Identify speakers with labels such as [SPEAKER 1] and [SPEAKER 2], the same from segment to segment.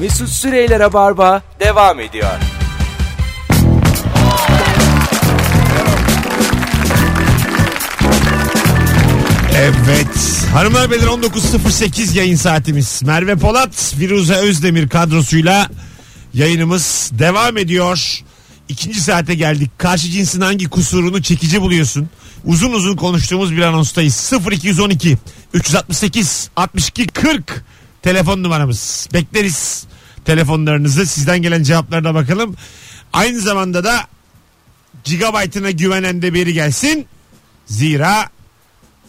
[SPEAKER 1] Mesut Süreyler'e barba devam ediyor.
[SPEAKER 2] Evet. Hanımlar beyler 19.08 yayın saatimiz. Merve Polat, Firuze Özdemir kadrosuyla yayınımız devam ediyor. İkinci saate geldik. Karşı cinsin hangi kusurunu çekici buluyorsun? Uzun uzun konuştuğumuz bir anonstayız. 0212 368 62 40 telefon numaramız. Bekleriz telefonlarınızı. Sizden gelen cevaplarına bakalım. Aynı zamanda da gigabaytına güvenen de biri gelsin. Zira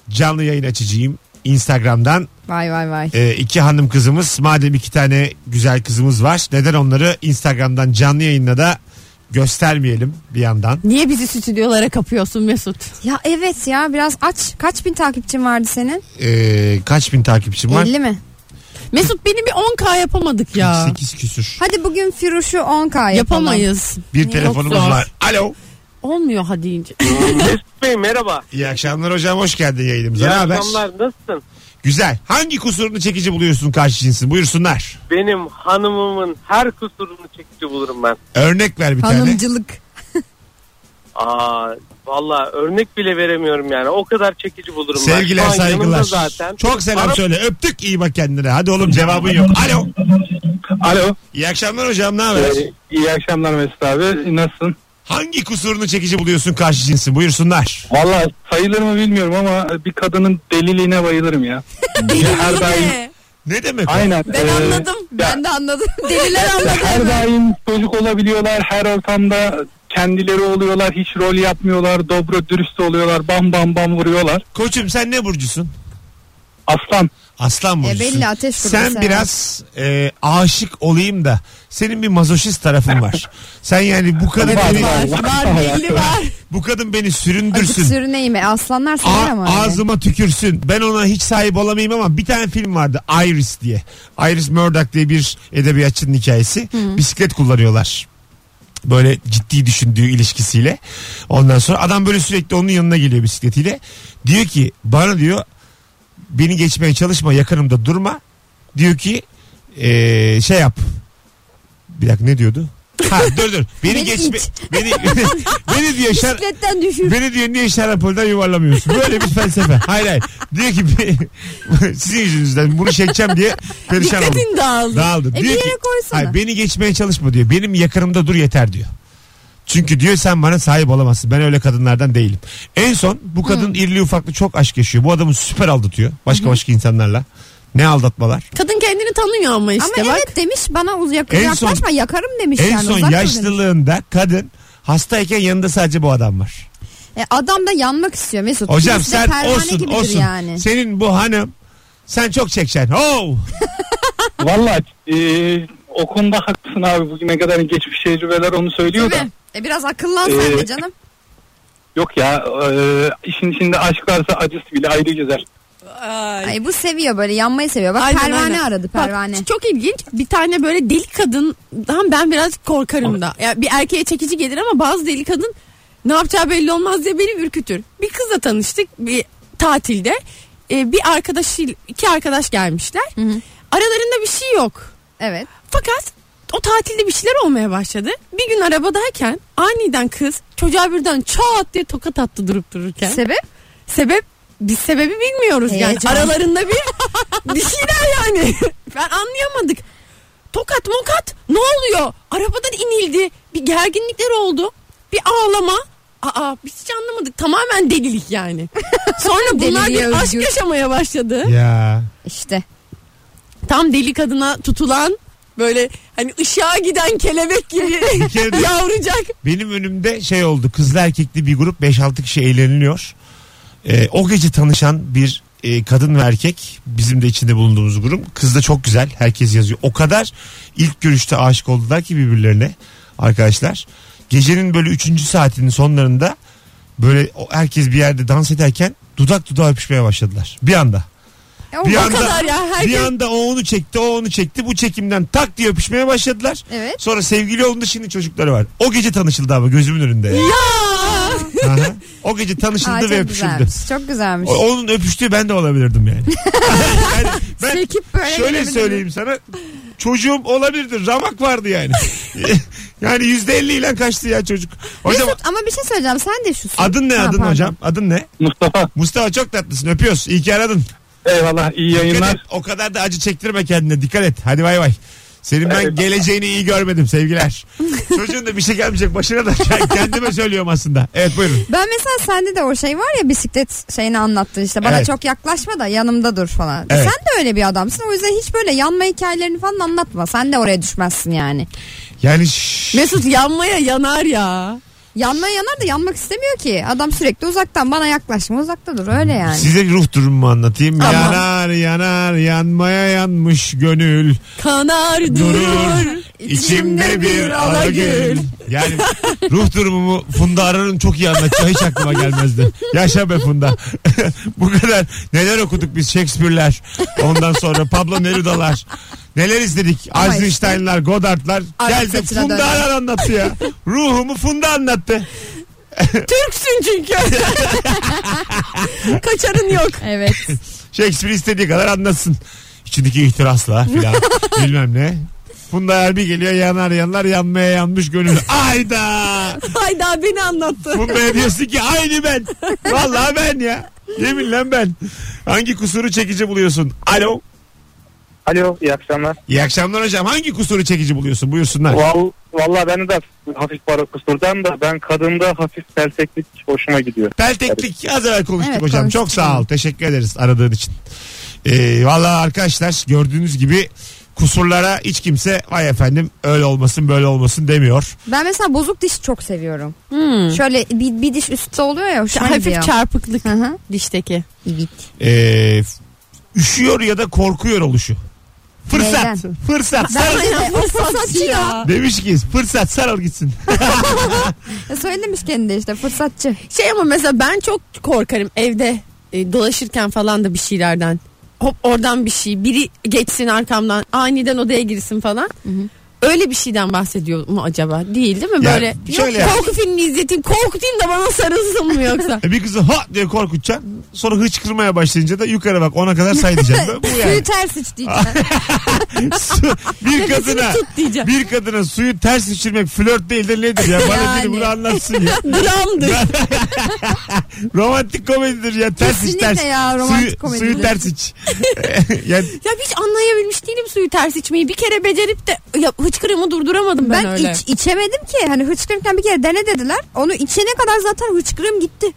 [SPEAKER 2] canlı yayın açacağım Instagram'dan.
[SPEAKER 3] Vay vay vay.
[SPEAKER 2] Ee, iki hanım kızımız madem iki tane güzel kızımız var neden onları Instagram'dan canlı yayınla da göstermeyelim bir yandan.
[SPEAKER 3] Niye bizi stüdyolara kapıyorsun Mesut?
[SPEAKER 4] Ya evet ya biraz aç. Kaç bin takipçin vardı senin?
[SPEAKER 2] Ee, kaç bin takipçim var?
[SPEAKER 4] 50 mi?
[SPEAKER 3] Mesut beni bir 10k yapamadık ya.
[SPEAKER 2] 8 küsür.
[SPEAKER 4] Hadi bugün Firuş'u 10K yapalım.
[SPEAKER 3] Yapamayız.
[SPEAKER 2] Bir
[SPEAKER 3] Çok
[SPEAKER 2] telefonumuz
[SPEAKER 3] zor.
[SPEAKER 2] var. Alo.
[SPEAKER 3] Olmuyor hadi ince.
[SPEAKER 5] Mesut Bey merhaba.
[SPEAKER 2] İyi akşamlar hocam hoş geldin yayınımıza. Ne
[SPEAKER 5] İyi
[SPEAKER 2] haber?
[SPEAKER 5] akşamlar nasılsın?
[SPEAKER 2] Güzel. Hangi kusurunu çekici buluyorsun karşı cinsin? Buyursunlar.
[SPEAKER 5] Benim hanımımın her kusurunu çekici bulurum ben.
[SPEAKER 2] Örnek ver bir tane.
[SPEAKER 4] Hanımcılık.
[SPEAKER 5] Aa valla örnek bile veremiyorum yani. O kadar çekici bulurum ben.
[SPEAKER 2] Sevgiler
[SPEAKER 5] Şu an yanımda
[SPEAKER 2] saygılar.
[SPEAKER 5] Zaten.
[SPEAKER 2] Çok selam
[SPEAKER 5] Bana-
[SPEAKER 2] söyle. Öptük iyi bak kendine. Hadi oğlum cevabın yok. Alo.
[SPEAKER 6] Alo.
[SPEAKER 2] İyi akşamlar hocam ne
[SPEAKER 3] Ee,
[SPEAKER 2] haber?
[SPEAKER 5] Ee,
[SPEAKER 6] iyi akşamlar Mesut abi. Nasılsın?
[SPEAKER 2] Hangi kusurunu çekici buluyorsun karşı cinsin? Buyursunlar.
[SPEAKER 6] Valla sayılır mı bilmiyorum ama bir kadının deliliğine bayılırım ya. Ya her daim,
[SPEAKER 2] Ne demek o?
[SPEAKER 6] aynen.
[SPEAKER 3] Ben
[SPEAKER 6] Ee,
[SPEAKER 3] anladım. Ben de anladım. Deliler anladı.
[SPEAKER 6] Her daim çocuk olabiliyorlar. Her ortamda kendileri oluyorlar. Hiç rol yapmıyorlar. Dobro dürüst oluyorlar. Bam bam bam vuruyorlar.
[SPEAKER 2] Koçum sen ne burcusun?
[SPEAKER 6] Aslan.
[SPEAKER 2] Aslan
[SPEAKER 4] E
[SPEAKER 2] burcusun.
[SPEAKER 4] belli ateş grubu.
[SPEAKER 2] sen biraz e, aşık olayım da senin bir mazoşist tarafın var. sen yani bu kadın beni,
[SPEAKER 3] var, var belli var.
[SPEAKER 2] bu kadın beni
[SPEAKER 4] Azıcık
[SPEAKER 2] süründürsün.
[SPEAKER 4] sürüneyim. E, Aslanlar
[SPEAKER 2] A-
[SPEAKER 4] sever ama. öyle.
[SPEAKER 2] ağzıma tükürsün. Ben ona hiç sahip olamayayım ama bir tane film vardı Iris diye. Iris Murdoch diye bir edebiyatçının hikayesi. Bisiklet kullanıyorlar. Böyle ciddi düşündüğü ilişkisiyle. Ondan sonra adam böyle sürekli onun yanına geliyor bisikletiyle. Diyor ki bana diyor beni geçmeye çalışma yakınımda durma. Diyor ki eee, şey yap. Bir dakika ne diyordu? Ha dur dur. Beni,
[SPEAKER 4] Beni
[SPEAKER 2] geçme
[SPEAKER 4] it.
[SPEAKER 2] beni beni diyor şar,
[SPEAKER 4] Bisikletten düşür.
[SPEAKER 2] Beni diyor niye şarapoliden yuvarlamıyorsun? Böyle bir felsefe. Hayır hayır. Diyor ki sizin yüzünüzden bunu çekeceğim diye perişan oldum.
[SPEAKER 3] Dikkatin dağıldı.
[SPEAKER 2] Dağıldı.
[SPEAKER 4] E bir
[SPEAKER 2] diyor
[SPEAKER 4] yere
[SPEAKER 2] ki
[SPEAKER 4] koysana.
[SPEAKER 2] hayır, beni geçmeye çalışma diyor. Benim yakınımda dur yeter diyor. Çünkü diyor sen bana sahip olamazsın. Ben öyle kadınlardan değilim. En son bu kadın irli ufaklı çok aşk yaşıyor. Bu adamı süper aldatıyor. Başka başka insanlarla. Ne aldatmalar.
[SPEAKER 3] Kadın kendini tanıyor ama
[SPEAKER 4] Ama
[SPEAKER 3] işte bak.
[SPEAKER 4] evet demiş bana uz yak-
[SPEAKER 2] En son-
[SPEAKER 4] yaklaşma yakarım demiş
[SPEAKER 2] En
[SPEAKER 4] yani.
[SPEAKER 2] son
[SPEAKER 4] uzak dur demiş.
[SPEAKER 2] yaşlılığında kadın hastayken yanında sadece bu adam var.
[SPEAKER 4] E, adam da yanmak istiyor Mesut.
[SPEAKER 2] Hocam
[SPEAKER 4] Kimisi de
[SPEAKER 2] sen
[SPEAKER 4] pervane
[SPEAKER 2] olsun
[SPEAKER 4] gibidir
[SPEAKER 2] olsun.
[SPEAKER 4] Yani.
[SPEAKER 2] Senin bu hanım sen çok çekeceksin. Oh!
[SPEAKER 6] Valla e, o konuda haklısın abi. Bugüne kadar geçmiş tecrübeler onu söylüyor da.
[SPEAKER 4] Tabii. E, biraz akıllan sen de
[SPEAKER 6] Ee,
[SPEAKER 4] canım.
[SPEAKER 6] Yok ya e, işin içinde aşk varsa acısı bile ayrı güzel.
[SPEAKER 3] Ay.
[SPEAKER 4] Ay, bu seviyor böyle yanmayı seviyor. Bak
[SPEAKER 3] Aynen,
[SPEAKER 4] pervane
[SPEAKER 3] aynen.
[SPEAKER 4] aradı
[SPEAKER 3] Bak,
[SPEAKER 4] pervane.
[SPEAKER 3] çok ilginç. Bir tane böyle deli kadından ben biraz korkarım da. Ya bir erkeğe çekici gelir ama bazı deli kadın ne yapacağı belli olmaz diye beni ürkütür. Bir kızla tanıştık bir tatilde. Ee, bir arkadaşı iki arkadaş gelmişler. Aralarında bir şey yok.
[SPEAKER 4] Evet.
[SPEAKER 3] Fakat o tatilde bir şeyler olmaya başladı. Bir gün arabadayken aniden kız çocuğa birden çat diye tokat attı durup dururken.
[SPEAKER 4] Sebep?
[SPEAKER 3] Sebep biz sebebi bilmiyoruz yani.
[SPEAKER 4] Heyecan.
[SPEAKER 3] Aralarında bir bir şeyler yani. Ben anlayamadık. Tokat mokat ne oluyor? Arabadan inildi. Bir gerginlikler oldu. Bir ağlama. Aa biz hiç anlamadık. Tamamen delilik yani. Sonra bunlar
[SPEAKER 4] Deliliğe
[SPEAKER 3] bir aşk
[SPEAKER 4] özgür.
[SPEAKER 3] yaşamaya başladı.
[SPEAKER 2] Ya.
[SPEAKER 4] İşte.
[SPEAKER 3] Tam deli kadına tutulan böyle hani ışığa giden kelebek gibi
[SPEAKER 2] Bir kere de
[SPEAKER 3] yavrucak.
[SPEAKER 2] benim önümde şey oldu. Kızlı erkekli bir grup 5-6 kişi eğleniliyor. Ee, o gece tanışan bir e, kadın ve erkek bizim de içinde bulunduğumuz grup. Kız da çok güzel. Herkes yazıyor. O kadar ilk görüşte aşık oldular ki birbirlerine arkadaşlar. Gecenin böyle 3. saatinin sonlarında böyle o- herkes bir yerde dans ederken dudak dudağa öpüşmeye başladılar. Bir anda.
[SPEAKER 4] E, o
[SPEAKER 2] Bir
[SPEAKER 4] bak-
[SPEAKER 2] anda-
[SPEAKER 3] kadar ya, herkes-
[SPEAKER 2] Bir anda o onu çekti, o onu çekti. Bu çekimden tak diye öpüşmeye başladılar.
[SPEAKER 4] Evet.
[SPEAKER 2] Sonra sevgili olundu şimdi çocukları var. O gece tanışıldı ama gözümün önünde. Ya. o gece tanışıldı
[SPEAKER 4] Aa, çok
[SPEAKER 2] ve öpüşüldü.
[SPEAKER 4] güzelmiş. Çok güzelmiş.
[SPEAKER 2] O- Onun öpüştüğü ben de olabilirdim yani. yani ben
[SPEAKER 4] Çekip Şey, böyle
[SPEAKER 2] şöyle
[SPEAKER 4] gelebilirim.
[SPEAKER 2] söyleyeyim sana. çocuğum olabilirdir. Ramak vardı yani. yani %50 ile kaçtı ya çocuk. Hocam
[SPEAKER 4] Mesut ama bir şey söyleyeceğim sen de şusun.
[SPEAKER 2] adın ne
[SPEAKER 4] Ha,
[SPEAKER 2] adın
[SPEAKER 4] pardon.
[SPEAKER 2] hocam? Adın ne?
[SPEAKER 6] Mustafa
[SPEAKER 2] Mustafa çok tatlısın öpüyoruz. İyi ki aradın.
[SPEAKER 6] eyvallah iyi
[SPEAKER 2] Dikkat
[SPEAKER 6] yayınlar.
[SPEAKER 2] et. O kadar da acı çektirme kendine. Dikkat et. Hadi bay bay. Senin ben geleceğini iyi görmedim sevgiler. Çocuğun da bir şey gelmeyecek başına da kendime söylüyorum aslında. Evet buyurun.
[SPEAKER 4] Ben mesela sende de o şey var ya bisiklet şeyini anlattın işte bana
[SPEAKER 2] Evet.
[SPEAKER 4] çok yaklaşma da yanımda dur falan.
[SPEAKER 2] Evet.
[SPEAKER 4] Sen de öyle bir adamsın o yüzden hiç böyle yanma hikayelerini falan anlatma. Sen de oraya düşmezsin yani.
[SPEAKER 2] Yani şşş.
[SPEAKER 3] Mesut yanmaya yanar ya.
[SPEAKER 4] Yanma yanar da yanmak istemiyor ki. Adam sürekli uzaktan bana yaklaşma uzakta dur öyle yani.
[SPEAKER 2] Size bir ruh durumumu anlatayım.
[SPEAKER 3] Tamam.
[SPEAKER 2] Yanar yanar yanmaya yanmış gönül.
[SPEAKER 3] Kanar durur.
[SPEAKER 2] Durur. İçimde bir alagül.
[SPEAKER 3] alagül.
[SPEAKER 2] Yani ruh durumumu Funda Arar'ın çok iyi anlatacağı hiç aklıma gelmezdi. Yaşa be Funda. Bu kadar neler okuduk biz Shakespeare'ler. Ondan sonra Pablo Neruda'lar. Neler izledik?
[SPEAKER 4] Ama işte-
[SPEAKER 2] Eisenstein'lar, Godard'lar.
[SPEAKER 4] Arap
[SPEAKER 2] Geldi
[SPEAKER 4] saçına
[SPEAKER 2] Funda
[SPEAKER 4] döndü.
[SPEAKER 2] Arar anlattı ya. Ruhumu Funda anlattı.
[SPEAKER 3] Türksün çünkü. Kaçarın yok.
[SPEAKER 4] Evet.
[SPEAKER 2] Shakespeare istediği kadar anlatsın. İçindeki ihtirasla filan bilmem ne. Funda Arar bir geliyor yanar yanlar yanmaya yanmış gönül. Ayda!
[SPEAKER 3] Hayda beni anlattı.
[SPEAKER 2] Funda'ya diyorsun ki aynı ben. Vallahi ben ya. Yeminle ben. Hangi kusuru çekici buluyorsun? Alo.
[SPEAKER 5] Alo iyi akşamlar.
[SPEAKER 2] İyi akşamlar hocam. Hangi kusuru çekici buluyorsun? Buyursunlar.
[SPEAKER 5] Val, vallahi ben de hafif para kusurdan da ben kadında hafif serseklik hoşuma gidiyor.
[SPEAKER 2] Pelteklik az evvel konuştuk
[SPEAKER 4] Evet,
[SPEAKER 2] hocam.
[SPEAKER 4] konuştuk.
[SPEAKER 2] Çok sağ ol. Teşekkür ederiz aradığın için. Ee, vallahi arkadaşlar gördüğünüz gibi kusurlara hiç kimse vay efendim öyle olmasın böyle olmasın demiyor.
[SPEAKER 4] Ben mesela bozuk diş çok seviyorum. Şöyle bir, bir diş üstte oluyor Hmm. ya hoşuma
[SPEAKER 3] Hafif
[SPEAKER 4] gidiyor.
[SPEAKER 3] çarpıklık
[SPEAKER 4] Hı hı.
[SPEAKER 3] dişteki.
[SPEAKER 4] Evet.
[SPEAKER 2] Ee, üşüyor ya da korkuyor oluşu. Fırsat.
[SPEAKER 4] Neyden?
[SPEAKER 2] Fırsat.
[SPEAKER 4] Ben
[SPEAKER 2] Sarıl.
[SPEAKER 4] de o fırsatçı ya.
[SPEAKER 2] Demiş ki fırsat sarıl gitsin.
[SPEAKER 4] ya. Söylemiş kendi işte fırsatçı.
[SPEAKER 3] Şey ama mesela ben çok korkarım evde e, dolaşırken falan da bir şeylerden. Hop oradan bir şey biri geçsin arkamdan aniden odaya girsin falan. Öyle bir şeyden bahsediyor mu acaba? Değil değil mi?
[SPEAKER 2] Ya,
[SPEAKER 3] Böyle
[SPEAKER 2] şöyle
[SPEAKER 3] yok,
[SPEAKER 2] ya.
[SPEAKER 3] korku filmi izleteyim korkutayım da bana sarılsın mı yoksa?
[SPEAKER 2] E bir kızı ha diye korkutacaksın. Sonra hıçkırmaya başlayınca da yukarı bak ona kadar say diyeceksin. Bu
[SPEAKER 4] Suyu
[SPEAKER 2] yani.
[SPEAKER 4] ters iç diyeceğim.
[SPEAKER 2] Su- bir
[SPEAKER 3] Nefesini
[SPEAKER 2] kadına
[SPEAKER 3] tut diyeceğim.
[SPEAKER 2] bir kadına suyu ters içirmek flört değil de nedir ya? Bana
[SPEAKER 4] Yani.
[SPEAKER 2] biri bunu anlatsın ya.
[SPEAKER 3] Dramdır.
[SPEAKER 2] Romantik komedidir ya. Ters iç
[SPEAKER 4] Kesinlikle
[SPEAKER 2] ters.
[SPEAKER 4] ya, romantik
[SPEAKER 2] suyu,
[SPEAKER 4] komedi.
[SPEAKER 2] Suyu ters iç. yani
[SPEAKER 3] ya hiç anlayabilmiş değilim suyu ters içmeyi. Bir kere becerip de ya, hıçkırığımı durduramadım ben,
[SPEAKER 4] ben
[SPEAKER 3] öyle.
[SPEAKER 4] iç, içemedim ki. Hani hıçkırırken bir kere dene dediler. Onu içene kadar zaten hıçkırığım gitti.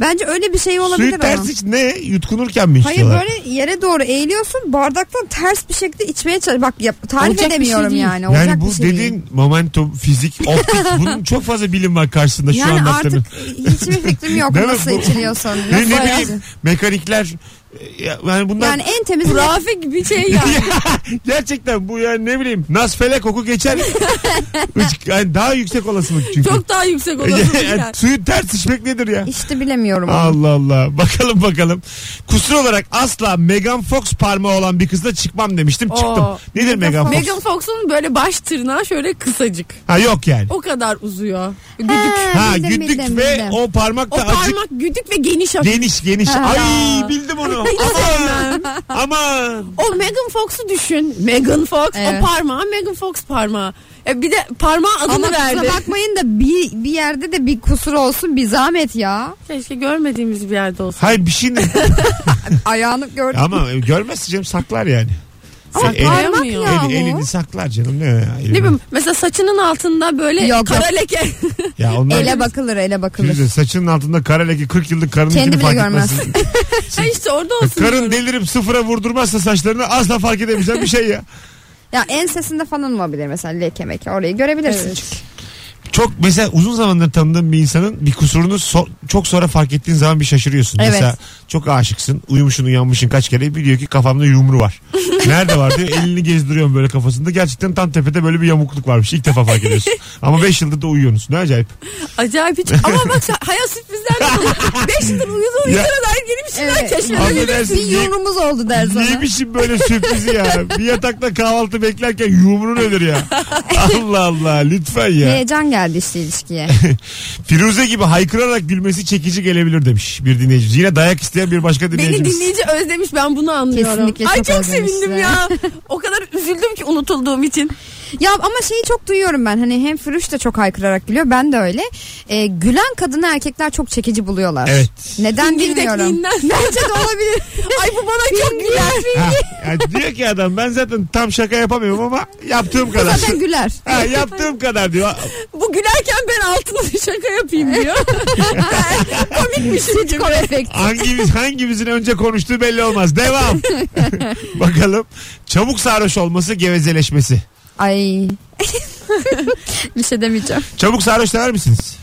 [SPEAKER 4] Bence öyle bir şey olabilir
[SPEAKER 2] suyu ters
[SPEAKER 4] ama.
[SPEAKER 2] iç ne? Yutkunurken mi
[SPEAKER 4] Hayır
[SPEAKER 2] içiyorlar?
[SPEAKER 4] böyle yere doğru eğiliyorsun bardaktan ters bir şekilde içmeye çalış. Bak yap, tarif
[SPEAKER 3] Olacak bir şey
[SPEAKER 4] edemiyorum
[SPEAKER 3] değil.
[SPEAKER 4] yani. Olacak
[SPEAKER 2] Yani bu
[SPEAKER 4] bir şey
[SPEAKER 2] dediğin
[SPEAKER 4] değil.
[SPEAKER 2] momentum, fizik, optik bunun çok fazla bilim var karşısında şu
[SPEAKER 4] Yani
[SPEAKER 2] anlattığının.
[SPEAKER 4] artık hiçbir fikrim yok
[SPEAKER 2] Değil mi?
[SPEAKER 4] nasıl
[SPEAKER 2] Bu-
[SPEAKER 4] içiliyorsun.
[SPEAKER 2] Ne,
[SPEAKER 4] Nasıl
[SPEAKER 2] ne
[SPEAKER 4] yani?
[SPEAKER 2] bileyim mekanikler e, ya- yani bunlar
[SPEAKER 4] Yani en temiz
[SPEAKER 3] Hurafe gibi şey ya.
[SPEAKER 2] Gerçekten bu yani ne bileyim nasfele koku geçer. Üç- yani daha yüksek olasılık çünkü.
[SPEAKER 3] Çok daha yüksek
[SPEAKER 2] Yani
[SPEAKER 3] olasılık yani.
[SPEAKER 2] suyu ters içmek nedir ya?
[SPEAKER 4] işte bilemiyorum. onu.
[SPEAKER 2] Allah Allah. Bakalım bakalım. Kusur olarak asla Megan Fox parmağı olan bir kızla çıkmam demiştim. Çıktım.
[SPEAKER 3] Oo.
[SPEAKER 2] Nedir Megan Fox?
[SPEAKER 3] Megan Fox'un böyle baş tırnağı şöyle kısacık.
[SPEAKER 2] Ha yok yani.
[SPEAKER 3] O kadar uzuyor. Güdük.
[SPEAKER 4] Ee,
[SPEAKER 2] ha
[SPEAKER 4] bildim,
[SPEAKER 2] güdük
[SPEAKER 4] bildim,
[SPEAKER 2] ve
[SPEAKER 4] bildim.
[SPEAKER 2] o parmak da
[SPEAKER 3] o
[SPEAKER 2] azıcık
[SPEAKER 3] parmak güdük ve geniş hafif.
[SPEAKER 2] geniş geniş.
[SPEAKER 4] Ha.
[SPEAKER 2] Ay bildim onu. Aman. Aman.
[SPEAKER 3] O Megan Fox'u düşün. Megan Fox
[SPEAKER 4] Evet.
[SPEAKER 3] o parmağı Megan Fox parmağı. E bir de parmağa adını
[SPEAKER 4] Ama
[SPEAKER 3] verdi.
[SPEAKER 4] kusura bakmayın da bir, bir yerde de bir kusur olsun bir zahmet ya.
[SPEAKER 3] Keşke görmediğimiz bir yerde olsa.
[SPEAKER 2] Hayır bir şey ne?
[SPEAKER 4] Ayağını gördüm.
[SPEAKER 2] Ama görmezse canım saklar yani.
[SPEAKER 3] Ama
[SPEAKER 2] E, el-
[SPEAKER 3] parmak
[SPEAKER 4] eli-
[SPEAKER 3] ya.
[SPEAKER 4] Ya
[SPEAKER 2] Eli,
[SPEAKER 4] bu.
[SPEAKER 2] elini saklar canım ne ya?
[SPEAKER 3] Ne bileyim mesela saçının altında böyle
[SPEAKER 4] Yok,
[SPEAKER 3] kara
[SPEAKER 4] yok.
[SPEAKER 3] leke.
[SPEAKER 2] Ya onlar
[SPEAKER 4] Ele bakılır ele bakılır.
[SPEAKER 2] Firuze, saçının altında kara leke 40 yıllık karının
[SPEAKER 4] Kendi
[SPEAKER 2] içini
[SPEAKER 4] bile
[SPEAKER 2] fark
[SPEAKER 4] görmez.
[SPEAKER 2] etmezsin. E,
[SPEAKER 3] Ha işte orada olsun.
[SPEAKER 2] Karın delirip sıfıra vurdurmazsa saçlarını asla fark edemeyeceğim bir şey ya.
[SPEAKER 4] Ya ensesinde falan olabilir mesela leke meke orayı görebilirsin
[SPEAKER 3] Evet.
[SPEAKER 4] çünkü.
[SPEAKER 2] Çok mesela uzun zamandır tanıdığım bir insanın bir kusurunu so- çok sonra fark ettiğin zaman bir şaşırıyorsun.
[SPEAKER 4] Evet.
[SPEAKER 2] Mesela çok aşıksın uyumuşsun uyanmışsın kaç kere biliyor ki kafamda yumru var. Nerede var diyor elini gezdiriyorum böyle kafasında gerçekten tam tepede böyle bir yamukluk varmış ilk defa fark ediyorsun. Ama 5 yıldır da uyuyorsunuz ne acayip.
[SPEAKER 3] Acayip hiç. Ama bak sen- hayat sürprizler de dolu. Beş yıldır uyudu
[SPEAKER 2] Ya.
[SPEAKER 3] uyudana dair yeni bir şeyler
[SPEAKER 4] Evet.
[SPEAKER 3] keşfedebiliriz.
[SPEAKER 2] Affedersin,
[SPEAKER 4] Bir
[SPEAKER 2] niye-
[SPEAKER 4] yorumumuz oldu der sana.
[SPEAKER 2] Neymişim böyle sürprizi ya? Bir yatakta kahvaltı beklerken yumruğun ölür ya. Allah Allah lütfen ya.
[SPEAKER 4] Heyecan geldi işte ilişkiye.
[SPEAKER 2] Firuze gibi haykırarak gülmesi çekici gelebilir demiş bir dinleyicimiz. Yine dayak isteyen bir başka
[SPEAKER 3] Beni
[SPEAKER 2] dinleyicimiz.
[SPEAKER 3] dinleyici özlemiş ben bunu anlıyorum.
[SPEAKER 4] Kesinlikle
[SPEAKER 3] Ay
[SPEAKER 4] çok
[SPEAKER 3] çok
[SPEAKER 4] özlemiş
[SPEAKER 3] sevindim
[SPEAKER 4] size.
[SPEAKER 3] ya. O kadar üzüldüm ki unutulduğum için.
[SPEAKER 4] ya ama şeyi çok duyuyorum ben. Hani hem Firuş da çok haykırarak gülüyor. Ben de öyle. Ee, gülen kadını erkekler çok çekici buluyorlar.
[SPEAKER 2] Evet.
[SPEAKER 4] Neden bilmiyorum.
[SPEAKER 3] Dingirdekliğinden. Bence de olabilir. Ay bu bana çok güler.
[SPEAKER 2] Ha, yani diyor ki adam ben zaten tam şaka yapamıyorum ama yaptığım kadar.
[SPEAKER 4] Zaten güler.
[SPEAKER 2] Ha, yaptığım kadar diyor.
[SPEAKER 3] Bu gülerken ben altına bir şaka yapayım diyor. Komikmişim gibi.
[SPEAKER 4] Sitcom efekt.
[SPEAKER 2] Hangimiz, hangimizin önce konuştuğu belli olmaz. Devam. Bakalım. Çabuk sarhoş olması gevezeleşmesi.
[SPEAKER 4] Ay. bir şey demeyeceğim.
[SPEAKER 2] Çabuk sarhoş sever misiniz?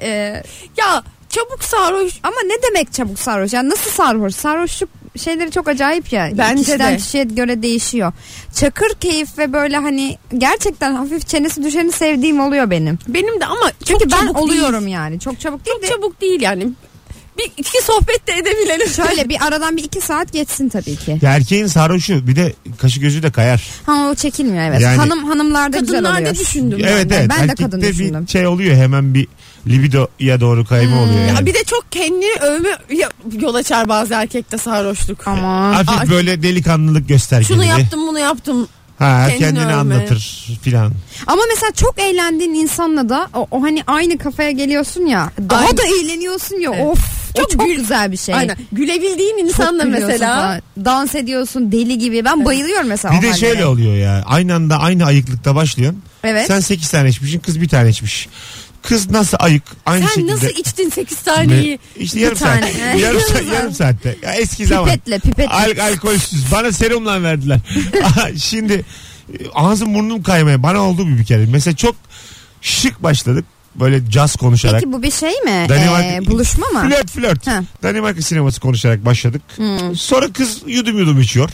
[SPEAKER 4] Ee,
[SPEAKER 3] Ya çabuk sarhoş.
[SPEAKER 4] ama ne demek çabuk sarhoş? Yani nasıl sarhoş? Sarhoşluk şeyleri çok acayip ya.
[SPEAKER 3] Bence
[SPEAKER 4] Kişiden
[SPEAKER 3] de.
[SPEAKER 4] kişiye göre değişiyor. Çakır keyif ve böyle hani gerçekten hafif çenesi düşeni sevdiğim oluyor benim.
[SPEAKER 3] Benim de ama çok
[SPEAKER 4] Çünkü ben
[SPEAKER 3] çabuk değil.
[SPEAKER 4] oluyorum yani. Çok çabuk değil
[SPEAKER 3] Çok
[SPEAKER 4] de
[SPEAKER 3] çabuk değil yani. Bir iki sohbet de edebilelim.
[SPEAKER 4] şöyle bir aradan bir iki saat geçsin tabii ki.
[SPEAKER 2] Ya erkeğin sarhoşu bir de kaşı gözü de kayar.
[SPEAKER 4] Ha o çekilmiyor evet.
[SPEAKER 2] Yani-
[SPEAKER 4] Hanım hanımlarda güzel oluyor.
[SPEAKER 3] kadınlarda düşündüm. ben.
[SPEAKER 2] evet
[SPEAKER 4] de.
[SPEAKER 2] evet.
[SPEAKER 4] Ben de kadın
[SPEAKER 2] Erkekte
[SPEAKER 4] düşündüm.
[SPEAKER 2] bir şey oluyor hemen bir libidoya doğru kayma oluyor.
[SPEAKER 3] Ya
[SPEAKER 2] yani.
[SPEAKER 3] bir de çok kendini övme ya- yol açar bazı erkekte sarhoşluk.
[SPEAKER 4] Ama
[SPEAKER 2] Hafif
[SPEAKER 3] Ay.
[SPEAKER 2] böyle delikanlılık göstergesi.
[SPEAKER 3] Şunu yaptım bunu yaptım.
[SPEAKER 2] Ha, kendini,
[SPEAKER 3] kendini övme.
[SPEAKER 2] anlatır filan.
[SPEAKER 4] ama mesela çok eğlendiğin insanla da o, o hani aynı kafaya geliyorsun ya. Daha
[SPEAKER 3] Aynı.
[SPEAKER 4] da eğleniyorsun ya.
[SPEAKER 3] Evet.
[SPEAKER 4] Of. Çok,
[SPEAKER 3] Çok
[SPEAKER 4] o çok
[SPEAKER 3] gül-
[SPEAKER 4] güzel bir şey.
[SPEAKER 3] Aynen. Gülebildiğin
[SPEAKER 4] Çok
[SPEAKER 3] insanla
[SPEAKER 4] gülüyorsun
[SPEAKER 3] mesela.
[SPEAKER 4] falan. dans ediyorsun deli gibi. Ben bayılıyorum mesela. o
[SPEAKER 2] bir de
[SPEAKER 4] hallere.
[SPEAKER 2] şöyle oluyor ya. Aynı anda aynı ayıklıkta başlıyorsun.
[SPEAKER 4] Evet.
[SPEAKER 2] Sen 8 tane içmişsin kız bir tane içmiş. Kız nasıl ayık? Aynı
[SPEAKER 3] Sen
[SPEAKER 2] şekilde.
[SPEAKER 3] nasıl içtin 8 taneyi?
[SPEAKER 2] İşte yarım
[SPEAKER 4] Bir
[SPEAKER 2] saat.
[SPEAKER 4] tane. Evet.
[SPEAKER 2] yarım, saat yarım saatte. Ya eski zaman.
[SPEAKER 4] Pipetle pipetle.
[SPEAKER 2] Al alkolsüz. Bana serumla verdiler. Şimdi e, ağzım burnum kaymaya. Bana oldu bir, bir kere. Mesela çok şık başladık. Böyle caz konuşarak.
[SPEAKER 4] Peki bu bir şey mi?
[SPEAKER 2] Danimarka-
[SPEAKER 4] Ee, buluşma mı?
[SPEAKER 2] Flört flört.
[SPEAKER 4] Ha. Hmm.
[SPEAKER 2] Danimarka sineması konuşarak başladık. Sonra kız yudum yudum içiyor.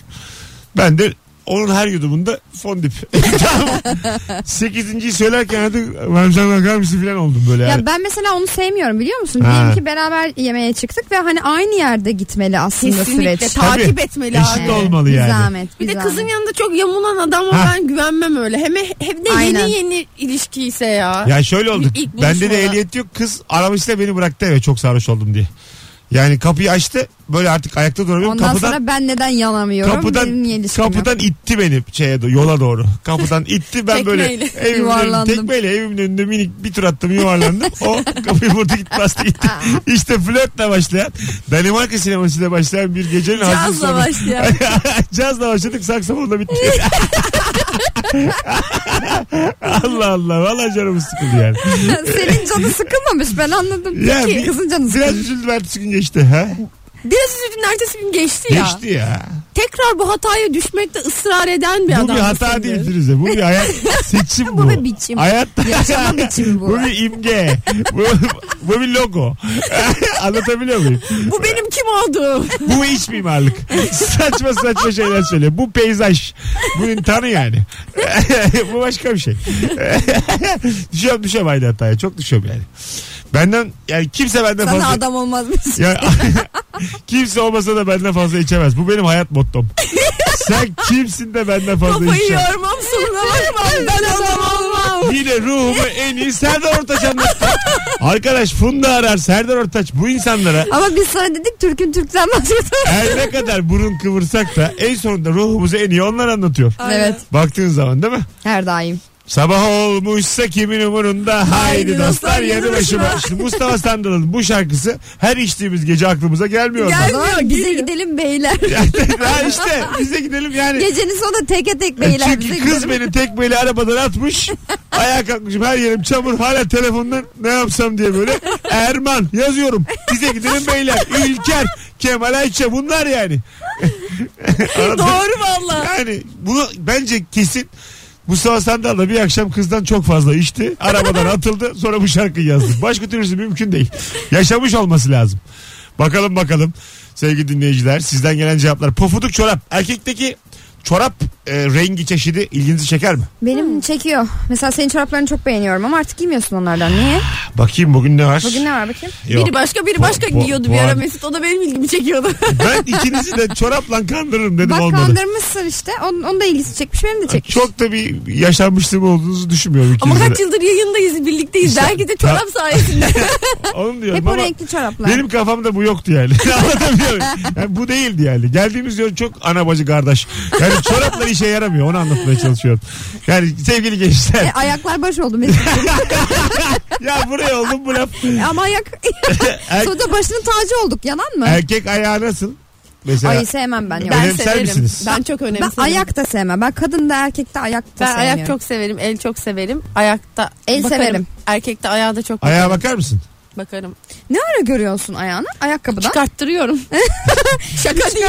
[SPEAKER 2] Ben de onun her yudumunda fondip. tamam. Sekizinciyi söylerken artık ben sen bakar mısın falan oldum böyle. yani.
[SPEAKER 4] Ya ben mesela onu sevmiyorum biliyor musun?
[SPEAKER 2] Ha.
[SPEAKER 4] Diyelim ki beraber yemeğe çıktık ve hani aynı yerde gitmeli aslında süreç.
[SPEAKER 3] Kesinlikle
[SPEAKER 2] Tabii.
[SPEAKER 3] takip etmeli
[SPEAKER 2] Eşit
[SPEAKER 3] abi.
[SPEAKER 2] de olmalı
[SPEAKER 4] bir
[SPEAKER 2] yani.
[SPEAKER 4] Zahmet,
[SPEAKER 3] Bir de
[SPEAKER 4] zahmet.
[SPEAKER 3] kızın yanında çok yamulan adama
[SPEAKER 2] Ha.
[SPEAKER 3] ben güvenmem öyle. Hem, hem de
[SPEAKER 4] Aynen.
[SPEAKER 3] yeni yeni ilişki ise ya.
[SPEAKER 2] Ya şöyle oldu.
[SPEAKER 3] İlk buluşmada.
[SPEAKER 2] Bende de ehliyet yok. Kız aramışla beni bıraktı eve çok sarhoş oldum diye. Yani kapıyı açtı. Böyle artık ayakta duramıyorum.
[SPEAKER 4] Ondan
[SPEAKER 2] kapıdan
[SPEAKER 4] sonra ben neden yanamıyorum? Benim niye
[SPEAKER 2] kapıdan
[SPEAKER 4] ilişkim yok?
[SPEAKER 2] kapıdan itti beni şeye do- yola doğru. Kapıdan itti ben böyle
[SPEAKER 3] Tekmeyle.
[SPEAKER 2] evimin önünde,
[SPEAKER 4] Yuvarlandım.
[SPEAKER 2] tekmeyle evimin önünde minik bir tur attım yuvarlandım. o kapıyı vurdu gitti bastı gitti. işte flörtle başlayan Danimarka sinemasıyla başlayan bir gecenin hazır
[SPEAKER 3] Cazla
[SPEAKER 2] sonu.
[SPEAKER 3] başlayan.
[SPEAKER 2] Cazla başladık saksafonla bitti. Allah Allah. Valla canımız sıkıldı yani.
[SPEAKER 4] Senin canı sıkılmamış ben anladım.
[SPEAKER 2] Ya
[SPEAKER 4] Peki
[SPEAKER 2] bir-
[SPEAKER 4] kızın canı
[SPEAKER 2] Biraz
[SPEAKER 4] sıkılmış.
[SPEAKER 2] üzüldüm ertesi gün geçti. Ha?
[SPEAKER 3] Biraz üzüldün ertesi gün geçti ya.
[SPEAKER 2] Geçti ya.
[SPEAKER 3] Tekrar bu hataya düşmekte ısrar eden bir adam.
[SPEAKER 2] bu bir hata değil Firuze. Bu bir hayat seçim bu.
[SPEAKER 4] Bu bir biçim.
[SPEAKER 2] Hayat
[SPEAKER 4] Yaşama biçimi bu.
[SPEAKER 2] bu bir imge. bu, bu bir logo. Anlatabiliyor muyum?
[SPEAKER 3] Bu benim kim olduğum.
[SPEAKER 2] Bu iç mimarlık. saçma saçma şeyler söylüyor. Bu peyzaj. Bunun tanı yani. bu başka bir şey. düşüyorum düşüyorum aynı hataya. Çok düşüyorum yani. Benden yani kimse benden
[SPEAKER 4] Sana
[SPEAKER 2] fazla...
[SPEAKER 4] adam şey. olmazmış.
[SPEAKER 2] Ya, kimse olmasa da benden fazla içemez. Bu benim hayat mottom. Sen kimsin de benden fazla
[SPEAKER 3] Kafayı
[SPEAKER 2] içemez.
[SPEAKER 3] yormam sonuna bakmam ben adam olmam.
[SPEAKER 2] Yine ruhumu en iyi Serdar Ortaç anlattı. Arkadaş Funda arar Serdar Ortaç bu insanlara
[SPEAKER 4] Ama biz sana dedik Türk'ün Türk'ten bahsediyoruz.
[SPEAKER 2] her ne kadar burun kıvırsak da en sonunda ruhumuzu en iyi onlar anlatıyor.
[SPEAKER 4] evet
[SPEAKER 2] Baktığın zaman değil mi?
[SPEAKER 4] her daim.
[SPEAKER 2] Sabah olmuşsa kimin umurunda haydi
[SPEAKER 3] Haydi
[SPEAKER 2] dostlar
[SPEAKER 3] dostlar,
[SPEAKER 2] yanı
[SPEAKER 3] yanı
[SPEAKER 2] başıma. Şimdi Mustafa Sandal'ın bu şarkısı her içtiğimiz gece aklımıza gelmiyor.
[SPEAKER 4] O
[SPEAKER 3] Gel-
[SPEAKER 4] zaman
[SPEAKER 3] Gelmiyor,
[SPEAKER 4] bize
[SPEAKER 3] geliyor.
[SPEAKER 4] gidelim beyler.
[SPEAKER 2] ha işte bize gidelim yani.
[SPEAKER 4] Gecenin sonu teke tek beyler bize
[SPEAKER 2] E, Çünkü kız
[SPEAKER 4] gidelim.
[SPEAKER 2] beni tekmeyle arabadan atmış. ayağa kalkmışım her yerim çamur. Hala telefondan ne yapsam diye böyle. Erman yazıyorum. Bize gidelim beyler. İlker, Kemal Ayça bunlar yani. Anladın?
[SPEAKER 3] Doğru valla.
[SPEAKER 2] Yani bunu bence kesin Mustafa Sandal da bir akşam kızdan çok fazla içti. Arabadan atıldı. Sonra bu şarkıyı yazdı. Başka türlüsü mümkün değil. Yaşamış olması lazım. Bakalım bakalım. Sevgili dinleyiciler sizden gelen cevaplar. Pofuduk çorap. Erkekteki çorap e, rengi çeşidi ilginizi çeker mi?
[SPEAKER 4] Benim çekiyor. Mesela senin çoraplarını çok beğeniyorum ama artık giymiyorsun onlardan. Niye?
[SPEAKER 2] Bakayım bugün ne var?
[SPEAKER 4] Bugün ne var bakayım?
[SPEAKER 2] Yok.
[SPEAKER 3] Biri başka biri
[SPEAKER 2] Bu-
[SPEAKER 3] başka
[SPEAKER 2] bu-
[SPEAKER 3] giyiyordu
[SPEAKER 2] bu
[SPEAKER 3] bir ara
[SPEAKER 2] an-
[SPEAKER 3] Mesut. O da benim ilgimi çekiyordu.
[SPEAKER 2] Ben ikinizi de çorapla kandırırım dedim
[SPEAKER 4] Bak
[SPEAKER 2] olmadı.
[SPEAKER 4] kandırmışsın işte. Onun, onun da ilgisi çekmiş benim de çekmiş.
[SPEAKER 2] Çok da bir yaşanmışlığım olduğunuzu düşünmüyorum
[SPEAKER 3] Ama
[SPEAKER 2] ikinizin de.
[SPEAKER 3] kaç yıldır yayındayız birlikteyiz.
[SPEAKER 2] İşte-
[SPEAKER 3] Belki de çorap sayesinde.
[SPEAKER 2] Onu diyorum
[SPEAKER 4] Hep o
[SPEAKER 2] ama
[SPEAKER 4] renkli çoraplar.
[SPEAKER 2] benim kafamda bu yoktu yani. Anlatabiliyor muyum? Yani bu değildi yani. Geldiğimiz yol çok ana bacı kardeş. Yani çoraplar işe yaramıyor onu anlatmaya çalışıyorum. Yani sevgili
[SPEAKER 4] E,
[SPEAKER 2] gençler
[SPEAKER 4] ayaklar baş oldu Mesut.
[SPEAKER 2] ya buraya oldum bu laf.
[SPEAKER 4] ama ayak.
[SPEAKER 2] Er-
[SPEAKER 4] Sonuçta başının tacı olduk yalan mı?
[SPEAKER 2] erkek ayağı nasıl? Mesela
[SPEAKER 4] Ay sevmem ben. yok.
[SPEAKER 3] ben
[SPEAKER 2] Önemser
[SPEAKER 3] severim.
[SPEAKER 2] misiniz?
[SPEAKER 3] Ben çok
[SPEAKER 4] Ben
[SPEAKER 3] önemserim.
[SPEAKER 4] ayak da sevmem. Ben kadın da erkek de ayak da
[SPEAKER 3] Ben
[SPEAKER 4] sevmiyorum.
[SPEAKER 3] ayak çok severim, el çok severim. Ayakta
[SPEAKER 4] El
[SPEAKER 3] bakarım.
[SPEAKER 4] severim.
[SPEAKER 3] Erkekte ayağa da çok
[SPEAKER 2] Ayağa bakar mısın?
[SPEAKER 3] bakarım.
[SPEAKER 4] Ne ara görüyorsun ayağını? Ayakkabıdan.
[SPEAKER 3] Çıkarttırıyorum. Şaka değil.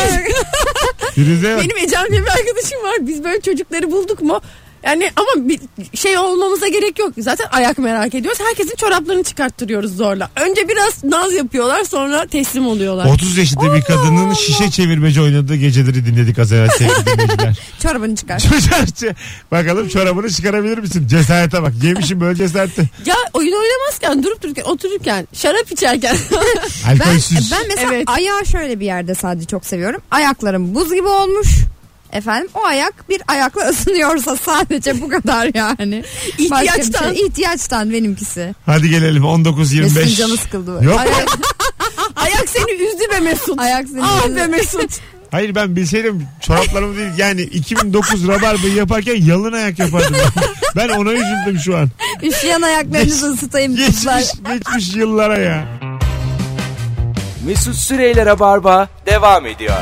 [SPEAKER 2] Firuze bak.
[SPEAKER 3] Benim Ecem diye bir arkadaşım var. Biz böyle çocukları bulduk mu? Yani ama bir şey olmamıza gerek yok. Zaten ayak merak ediyoruz. Herkesin çoraplarını çıkarttırıyoruz zorla. Önce biraz naz yapıyorlar sonra teslim oluyorlar.
[SPEAKER 2] 30 yaşında bir kadının şişe çevirmeci oynadığı geceleri dinledik az evvel sevgili dinleyiciler.
[SPEAKER 4] Çorabını çıkar.
[SPEAKER 2] Çocuğa çe- bakalım çorabını çıkarabilir misin? Cesarete bak. Yemişim böyle cesareti.
[SPEAKER 3] Ya oyun oynamazken durup dururken otururken şarap içerken.
[SPEAKER 4] Ben,
[SPEAKER 2] Alkolsüz.
[SPEAKER 4] ben mesela
[SPEAKER 3] Evet.
[SPEAKER 4] ayağı şöyle bir yerde sadece çok seviyorum. Ayaklarım buz gibi olmuş. Efendim o ayak bir ayakla ısınıyorsa sadece bu kadar yani. Başka bir
[SPEAKER 3] İhtiyaçtan.
[SPEAKER 4] Şey, ihtiyaçtan benimkisi.
[SPEAKER 2] Hadi gelelim 19-25.
[SPEAKER 4] Mesut'un canı sıkıldı.
[SPEAKER 2] Yok.
[SPEAKER 3] ayak seni üzdü be Mesut.
[SPEAKER 4] Ayak seni
[SPEAKER 3] ah
[SPEAKER 4] üzdü.
[SPEAKER 3] be Mesut.
[SPEAKER 2] Hayır ben bilseydim çoraplarımı değil yani 2009 rabarbayı yaparken yalın ayak yapardım. ben ona üzüldüm şu an.
[SPEAKER 4] Üşüyen ayaklarınızı ısıtayım kızlar.
[SPEAKER 2] Geçmiş, geçmiş yıllara ya.
[SPEAKER 1] Mesut Süreyler'e barba devam ediyor.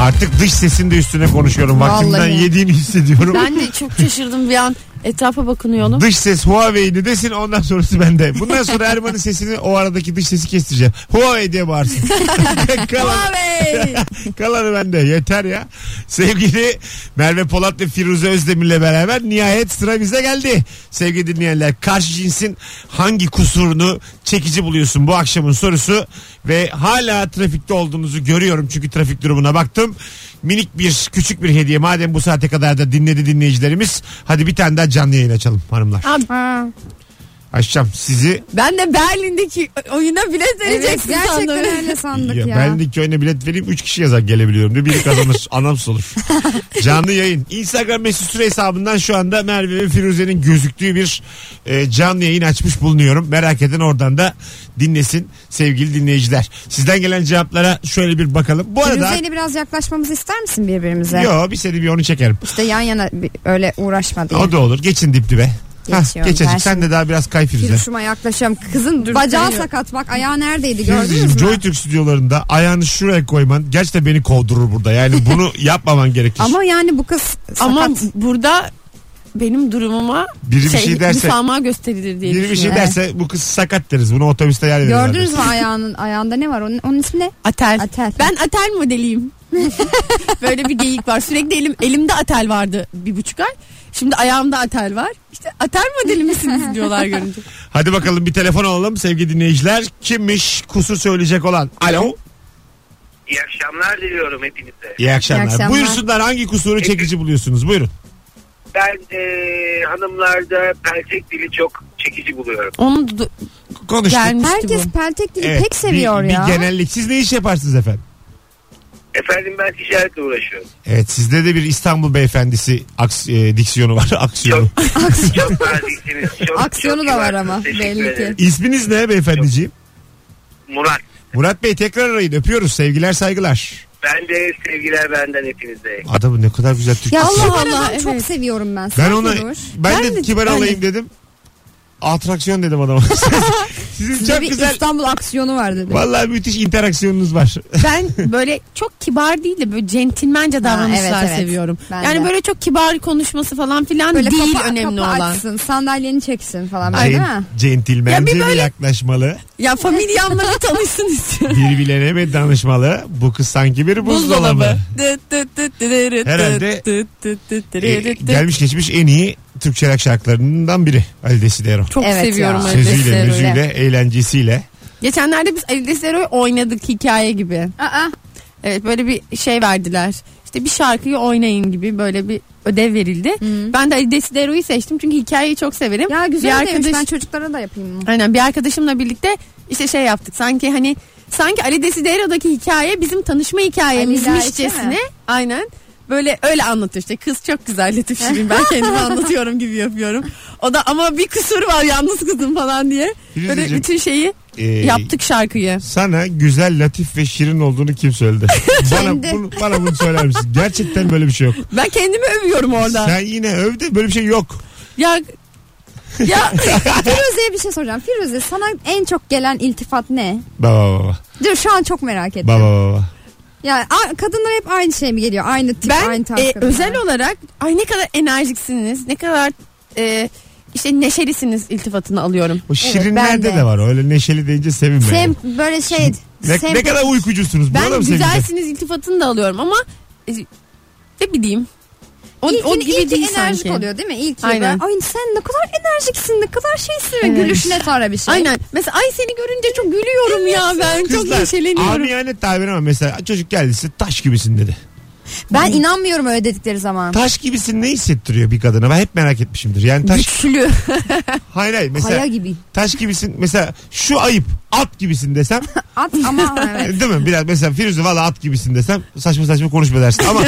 [SPEAKER 2] Artık dış sesin de üstüne konuşuyorum. Vaktimden
[SPEAKER 4] Vallahi.
[SPEAKER 2] yediğimi hissediyorum.
[SPEAKER 3] Ben de çok şaşırdım bir an. Etrafa bakınıyorum.
[SPEAKER 2] Dış ses Huawei'ni desin ondan sonrası bende. Bundan sonra Erman'ın sesini o aradaki dış sesi kestireceğim. Huawei diye bağırsın. Kalan,
[SPEAKER 3] Abi.
[SPEAKER 2] kalanı bende yeter ya. Sevgili Merve Polat ve Firuze Özdemir'le beraber nihayet sıra bize geldi. Sevgili dinleyenler karşı cinsin hangi kusurunu çekici buluyorsun bu akşamın sorusu. Ve hala trafikte olduğunuzu görüyorum çünkü trafik durumuna baktım. Minik bir küçük bir hediye madem bu saate kadar da dinledi dinleyicilerimiz. Hadi bir tane daha canlı yayın açalım hanımlar.
[SPEAKER 4] Ha.
[SPEAKER 2] Aşçam sizi
[SPEAKER 3] ben de Berlin'deki oyuna bilet
[SPEAKER 4] Evet,
[SPEAKER 3] vereceksin
[SPEAKER 4] gerçekten
[SPEAKER 3] sandım.
[SPEAKER 4] öyle sandık ya.
[SPEAKER 2] ya, ben de köyüne bilet vereyim 3 kişi yazar gelebiliyorum diye biri kazanır anamsız olur. canlı yayın. Instagram mesut süre hesabından şu anda Merve ve Firuze'nin gözüktüğü bir e, canlı yayın açmış bulunuyorum. Merak eden oradan da dinlesin sevgili dinleyiciler. Sizden gelen cevaplara şöyle bir bakalım. Bu arada
[SPEAKER 4] Firuze'yle biraz yaklaşmamızı ister misin birbirimize?
[SPEAKER 2] Yo bir seni bir onu çekerim.
[SPEAKER 4] İşte yan yana bir- öyle uğraşma diye.
[SPEAKER 2] O da olur. Geçin dip dibe. Hah,
[SPEAKER 4] Geçiyorum ben
[SPEAKER 2] geçecek. Sen de daha biraz kay Firuze.
[SPEAKER 4] Firuşuma yaklaşıyorum. Kızın bacağı sakat bak ayağı neredeydi gördünüz
[SPEAKER 2] Firuze'cim
[SPEAKER 4] mü?
[SPEAKER 2] Joy Türk stüdyolarında ayağını şuraya koyman gerçekten beni kovdurur burada. Yani bunu yapmaman gerekir.
[SPEAKER 4] Ama yani bu kız sakat.
[SPEAKER 3] Ama burada benim durumuma
[SPEAKER 2] Biri bir şey derse-
[SPEAKER 3] müsamaha gösterilir diye
[SPEAKER 2] Biri bir şey
[SPEAKER 3] düşünüyorum.
[SPEAKER 2] derse bu kız sakat deriz. Bunu otobüste yer verirler.
[SPEAKER 4] Gördünüz mü ayağının ayağında ne var? Onun, onun ismi ne?
[SPEAKER 2] şey-
[SPEAKER 3] Atel.
[SPEAKER 4] Atel.
[SPEAKER 3] Ben atel modeliyim. Böyle bir geyik var. Sürekli elim, elimde atel vardı bir buçuk ay. Şimdi ayağımda atel var. İşte atel modeli misiniz diyorlar görünce.
[SPEAKER 2] Hadi bakalım bir telefon alalım sevgili dinleyiciler. Kimmiş kusur söyleyecek olan? Alo.
[SPEAKER 7] İyi akşamlar diliyorum hepinize.
[SPEAKER 2] İyi akşamlar.
[SPEAKER 4] İyi akşamlar.
[SPEAKER 2] Buyursunlar hangi kusuru çekici buluyorsunuz? Buyurun.
[SPEAKER 7] Ben eee, hanımlarda peltek dili çok çekici buluyorum.
[SPEAKER 3] Onun du-
[SPEAKER 2] Konuştuk.
[SPEAKER 3] Gelmiş. İşte
[SPEAKER 4] Herkes
[SPEAKER 3] bu.
[SPEAKER 4] peltek dili
[SPEAKER 2] Evet,
[SPEAKER 4] pek seviyor
[SPEAKER 2] bir, Bir
[SPEAKER 4] ya.
[SPEAKER 2] genellik. Siz ne iş yaparsınız efendim?
[SPEAKER 7] Efendim ben ticaretle uğraşıyorum.
[SPEAKER 2] Evet sizde de bir İstanbul beyefendisi aks, e, diksiyonu var. Aksiyonu.
[SPEAKER 7] Çok naziksiniz. Çok,
[SPEAKER 4] Aksiyonu
[SPEAKER 7] çok
[SPEAKER 4] da var
[SPEAKER 7] kibarsınız.
[SPEAKER 4] ama
[SPEAKER 7] Teşekkür
[SPEAKER 4] belli ki.
[SPEAKER 7] ederim.
[SPEAKER 2] İsminiz ne beyefendiciğim?
[SPEAKER 7] Murat.
[SPEAKER 2] Murat Bey tekrar arayın. Öpüyoruz. Sevgiler saygılar.
[SPEAKER 7] Ben de sevgiler benden hepinize.
[SPEAKER 2] Adamı ne kadar güzel Türkçe.
[SPEAKER 4] Ya
[SPEAKER 3] Allah
[SPEAKER 4] Allah
[SPEAKER 3] Allah,
[SPEAKER 4] Çok
[SPEAKER 3] evet.
[SPEAKER 4] seviyorum ben. Sen
[SPEAKER 2] Ben ona
[SPEAKER 4] Firuş.
[SPEAKER 2] ben,
[SPEAKER 3] Ben
[SPEAKER 2] de
[SPEAKER 3] de-
[SPEAKER 2] kibar
[SPEAKER 3] ben de.
[SPEAKER 2] alayım dedim. Atraksiyon dedim adama. Sizin
[SPEAKER 4] Size
[SPEAKER 2] çok
[SPEAKER 4] bir
[SPEAKER 2] güzel.
[SPEAKER 4] İstanbul aksiyonu var dedi.
[SPEAKER 2] Vallahi müthiş interaksiyonunuz var.
[SPEAKER 3] ben böyle çok kibar değil de böyle centilmence davranışlar
[SPEAKER 4] evet, evet.
[SPEAKER 3] seviyorum.
[SPEAKER 4] Ben
[SPEAKER 3] yani
[SPEAKER 4] de.
[SPEAKER 3] böyle çok kibar konuşması falan filan
[SPEAKER 4] Böyle
[SPEAKER 3] değil
[SPEAKER 4] kapağı-
[SPEAKER 3] önemli
[SPEAKER 4] kapağı
[SPEAKER 3] olan.
[SPEAKER 4] açsın, sandalyeni çeksin falan böyle değil
[SPEAKER 2] Cent,
[SPEAKER 4] mi?
[SPEAKER 2] centilmence
[SPEAKER 3] Ya bir
[SPEAKER 2] bir,
[SPEAKER 3] böyle-
[SPEAKER 2] yaklaşmalı.
[SPEAKER 3] Ya familyamla bir tanışsın istiyorum.
[SPEAKER 2] Birbirlerine bir danışmalı. Bu kız sanki bir buzdolabı.
[SPEAKER 3] Dıt dıt dıt dırırıt
[SPEAKER 2] Herhalde,
[SPEAKER 3] dıt dıt dıt
[SPEAKER 2] Ee,
[SPEAKER 3] dırırıt dıt.
[SPEAKER 2] gelmiş geçmiş en iyi Türkçe rock şarkılarından biri. Ali Desidero.
[SPEAKER 3] Çok
[SPEAKER 4] Evet
[SPEAKER 3] seviyorum
[SPEAKER 4] ya.
[SPEAKER 3] Ali
[SPEAKER 2] Sözüyle,
[SPEAKER 3] Destero'yu.
[SPEAKER 2] müziğiyle, eğlencesiyle.
[SPEAKER 3] Geçenlerde biz Ali Destero'yu oynadık hikaye gibi.
[SPEAKER 4] Aa,
[SPEAKER 3] Evet böyle bir şey verdiler. İşte bir şarkıyı oynayın gibi böyle bir ödev verildi.
[SPEAKER 4] Hı.
[SPEAKER 3] Ben de Desidero'yu seçtim çünkü hikayeyi çok severim.
[SPEAKER 4] Ya güzel
[SPEAKER 3] bir
[SPEAKER 4] ödevmiş.
[SPEAKER 3] arkadaş,
[SPEAKER 4] Ben çocuklara da yapayım bunu.
[SPEAKER 3] Aynen bir arkadaşımla birlikte işte şey yaptık. Sanki hani sanki Ali Desidero'daki hikaye bizim tanışma
[SPEAKER 4] Ali
[SPEAKER 3] hikayemizmişçesine
[SPEAKER 4] Hidayet'e
[SPEAKER 3] aynen böyle öyle anlatıyor işte kız çok güzel Latif Şirin ben kendimi anlatıyorum gibi yapıyorum. O da ama bir kusur var yalnız kızım falan diye. Böyle
[SPEAKER 2] Firuzeciğim,
[SPEAKER 3] bütün şeyi
[SPEAKER 2] e,
[SPEAKER 3] yaptık şarkıyı.
[SPEAKER 2] Sana güzel, latif ve şirin olduğunu kim söyledi? bana,
[SPEAKER 4] Kendi.
[SPEAKER 2] bunu, bana bunu söyler misin? Gerçekten böyle bir şey yok.
[SPEAKER 3] Ben kendimi övüyorum orada.
[SPEAKER 2] Sen yine övdün böyle bir şey yok.
[SPEAKER 3] Ya ya
[SPEAKER 4] Firuze'ye bir şey soracağım. Firuze sana en çok gelen iltifat ne?
[SPEAKER 2] Baba baba
[SPEAKER 4] Dur şu an çok merak ettim.
[SPEAKER 2] baba baba.
[SPEAKER 4] Ya a- kadınlara hep aynı şey mi geliyor? Aynı tip, aynı
[SPEAKER 3] ben
[SPEAKER 4] tarz
[SPEAKER 3] e,
[SPEAKER 4] kadınlar.
[SPEAKER 3] özel olarak ay ne kadar enerjiksiniz ne kadar e, işte neşelisiniz iltifatını alıyorum.
[SPEAKER 2] O
[SPEAKER 4] ben
[SPEAKER 2] şirinlerde
[SPEAKER 4] de.
[SPEAKER 2] de. var öyle neşeli deyince sevinme.
[SPEAKER 4] Sem
[SPEAKER 2] yani.
[SPEAKER 4] böyle şey.
[SPEAKER 2] Ne,
[SPEAKER 4] sem-
[SPEAKER 2] ne kadar uykucusunuz. Buna da
[SPEAKER 3] Ben
[SPEAKER 2] mı sevineceksin?
[SPEAKER 3] güzelsiniz iltifatını da alıyorum ama e, ne bileyim. O,
[SPEAKER 4] İlkin,
[SPEAKER 3] o gibi
[SPEAKER 4] ilki
[SPEAKER 3] değil
[SPEAKER 4] enerjik
[SPEAKER 3] sanki.
[SPEAKER 4] oluyor değil mi? İlki
[SPEAKER 3] Aynen.
[SPEAKER 4] böyle, Ay sen ne kadar enerjiksin ne kadar şeysin. ve
[SPEAKER 3] Evet.
[SPEAKER 4] Gülüşüne tara bir şey.
[SPEAKER 3] Aynen. Mesela ay seni görünce çok gülüyorum ya ben çok
[SPEAKER 2] Kızlar
[SPEAKER 3] neşeleniyorum.
[SPEAKER 2] amiyane tabir ama mesela çocuk geldi size taş gibisin dedi.
[SPEAKER 4] Ben inanmıyorum öyle dedikleri zaman.
[SPEAKER 2] Taş gibisin ne hissettiriyor bir kadına? Ben hep merak etmişimdir. Yani taş
[SPEAKER 3] Güçlü.
[SPEAKER 2] hayır hayır mesela
[SPEAKER 4] Kaya gibi.
[SPEAKER 2] taş gibisin mesela şu ayıp at gibisin desem e,
[SPEAKER 4] At ama evet.
[SPEAKER 2] değil mi? Biraz mesela Firuze valla at gibisin desem saçma saçma konuşma dersin ama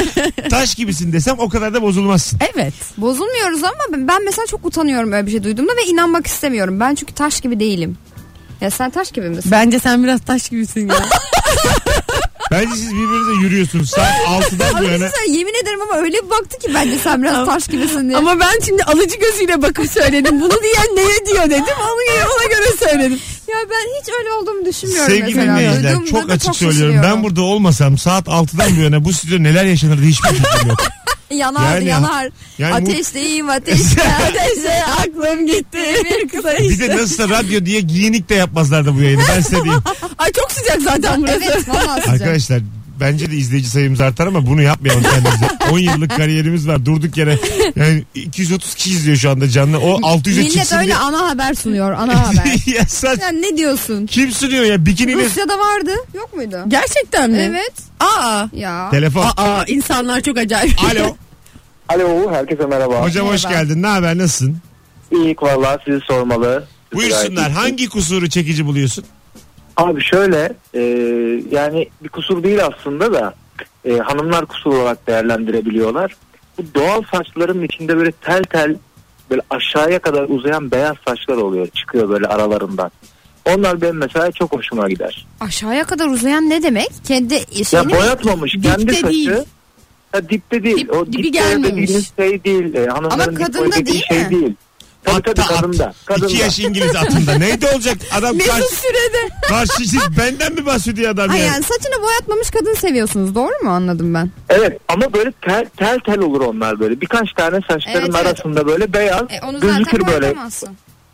[SPEAKER 2] taş gibisin desem o kadar da bozulmazsın.
[SPEAKER 3] evet.
[SPEAKER 4] Bozulmuyoruz ama ben- ben mesela çok utanıyorum öyle bir şey duyduğumda ve inanmak istemiyorum. Ben çünkü taş gibi değilim. Ya sen taş gibi misin?
[SPEAKER 3] Bence sen biraz taş gibisin ya.
[SPEAKER 2] Bence siz birbirinize yürüyorsunuz saat 6'dan bu
[SPEAKER 4] Ama
[SPEAKER 2] yana.
[SPEAKER 4] mesela yemin ederim ama öyle bir baktı ki bence sen biraz taş gibisin diye.
[SPEAKER 3] ama ben şimdi alıcı gözüyle bakıp söyledim. Bunu diyen neye diyor dedim. Onu ona göre söyledim.
[SPEAKER 4] ya ben hiç öyle olduğumu düşünmüyorum
[SPEAKER 2] Sevgili
[SPEAKER 4] mesela.
[SPEAKER 2] dinleyiciler
[SPEAKER 4] Duyduğumda
[SPEAKER 2] çok
[SPEAKER 4] da
[SPEAKER 2] açık söylüyorum. Ben
[SPEAKER 4] şaşırıyorum.
[SPEAKER 2] burada olmasam saat 6'dan bu yana bu stüdyo neler yaşanırdı hiçbir fikrim yok.
[SPEAKER 4] Yanar
[SPEAKER 2] Yani-
[SPEAKER 4] yanar.
[SPEAKER 2] yani bu-
[SPEAKER 4] ateşteyim ateşte ateşte aklım gitti. Bir kısa
[SPEAKER 2] Bir de nasılsa radyo diye giyinik de yapmazlardı bu yayını ben size diyeyim.
[SPEAKER 3] Ay çok sıcak zaten burası.
[SPEAKER 4] Evet valla sıcak.
[SPEAKER 2] Arkadaşlar bence de izleyici sayımız artar ama bunu yapmayalım kendimize. 10 yıllık kariyerimiz var durduk yere. Yani 230 kişi izliyor şu anda canlı. O 600'e
[SPEAKER 4] Millet
[SPEAKER 2] çıksın
[SPEAKER 4] öyle
[SPEAKER 2] diye.
[SPEAKER 4] ana haber sunuyor ana haber.
[SPEAKER 2] ya saç.
[SPEAKER 4] Sen ne diyorsun?
[SPEAKER 2] Kim sunuyor ya bikiniyle
[SPEAKER 4] Rusya'da vardı yok muydu?
[SPEAKER 3] Gerçekten mi?
[SPEAKER 4] Evet.
[SPEAKER 3] Aa.
[SPEAKER 4] Ya.
[SPEAKER 2] telefon.
[SPEAKER 3] Aa insanlar çok acayip.
[SPEAKER 2] Alo.
[SPEAKER 8] Alo herkese merhaba.
[SPEAKER 2] Hocam hoş
[SPEAKER 4] Merhaba.
[SPEAKER 2] geldin. Ne haber? Nasılsın?
[SPEAKER 8] İyi valla sizi sormalı. Sizi
[SPEAKER 2] Buyursunlar.
[SPEAKER 8] gayet iyi.
[SPEAKER 2] Hangi kusuru çekici buluyorsun?
[SPEAKER 8] Abi şöyle e, yani bir kusur değil aslında da e, hanımlar kusur olarak değerlendirebiliyorlar. Bu doğal saçların içinde böyle tel tel böyle aşağıya kadar uzayan beyaz saçlar oluyor çıkıyor böyle aralarından. Onlar benim mesela çok hoşuma gider.
[SPEAKER 4] Aşağıya kadar uzayan ne demek? Kendi
[SPEAKER 8] Ya
[SPEAKER 4] şeyini
[SPEAKER 8] boyatmamış
[SPEAKER 3] dipte
[SPEAKER 8] kendi saçı.
[SPEAKER 3] değil.
[SPEAKER 8] Ha, dipte değil.
[SPEAKER 3] Dip-
[SPEAKER 8] o
[SPEAKER 3] dibi
[SPEAKER 8] dipte
[SPEAKER 3] gelmemiş.
[SPEAKER 8] dediğiniz şey değil. E, hanımların dip
[SPEAKER 4] kadında
[SPEAKER 8] boyu dediği
[SPEAKER 4] değil
[SPEAKER 8] şey
[SPEAKER 4] mi?
[SPEAKER 8] değil. Tabii tabii
[SPEAKER 2] Atta at.
[SPEAKER 8] kadında.
[SPEAKER 2] İki
[SPEAKER 8] kadında.
[SPEAKER 2] yaş İngiliz atında. Neydi olacak? Adam karşı,
[SPEAKER 3] Mesut Sürede.
[SPEAKER 2] karşı siz benden mi bahsediyor adam
[SPEAKER 4] Ay
[SPEAKER 2] ya?
[SPEAKER 4] yani saçını boyatmamış kadın seviyorsunuz doğru mu anladım ben?
[SPEAKER 8] Evet ama böyle tel tel tel olur onlar böyle. Birkaç tane saçların
[SPEAKER 4] Evet, E, evet.
[SPEAKER 8] arasında böyle beyaz gözükür böyle.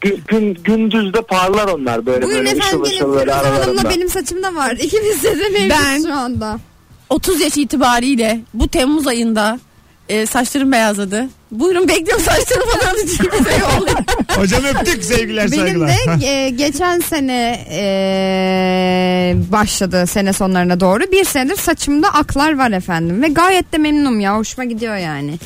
[SPEAKER 8] Gü- Gün, gündüzde parlar onlar böyle
[SPEAKER 4] Bugün
[SPEAKER 8] böyle
[SPEAKER 4] efendim
[SPEAKER 8] ışıl
[SPEAKER 4] benim
[SPEAKER 8] ışıl böyle
[SPEAKER 4] Firuze Hanım'la
[SPEAKER 8] aralarında.
[SPEAKER 4] benim saçımda var. İkimizde de mevcut
[SPEAKER 3] Ben-
[SPEAKER 4] şu anda.
[SPEAKER 3] 30 yaş itibariyle bu Temmuz ayında e, saçlarım beyazladı. Buyurun bekliyorum saçlarım falan diye bir şey oluyor.
[SPEAKER 2] Hocam öptük sevgiler
[SPEAKER 4] Benim
[SPEAKER 2] saygılar.
[SPEAKER 4] de e, geçen sene e, başladı sene sonlarına doğru. Bir senedir saçımda aklar var efendim. Ve gayet de memnunum ya. Hoşuma gidiyor yani.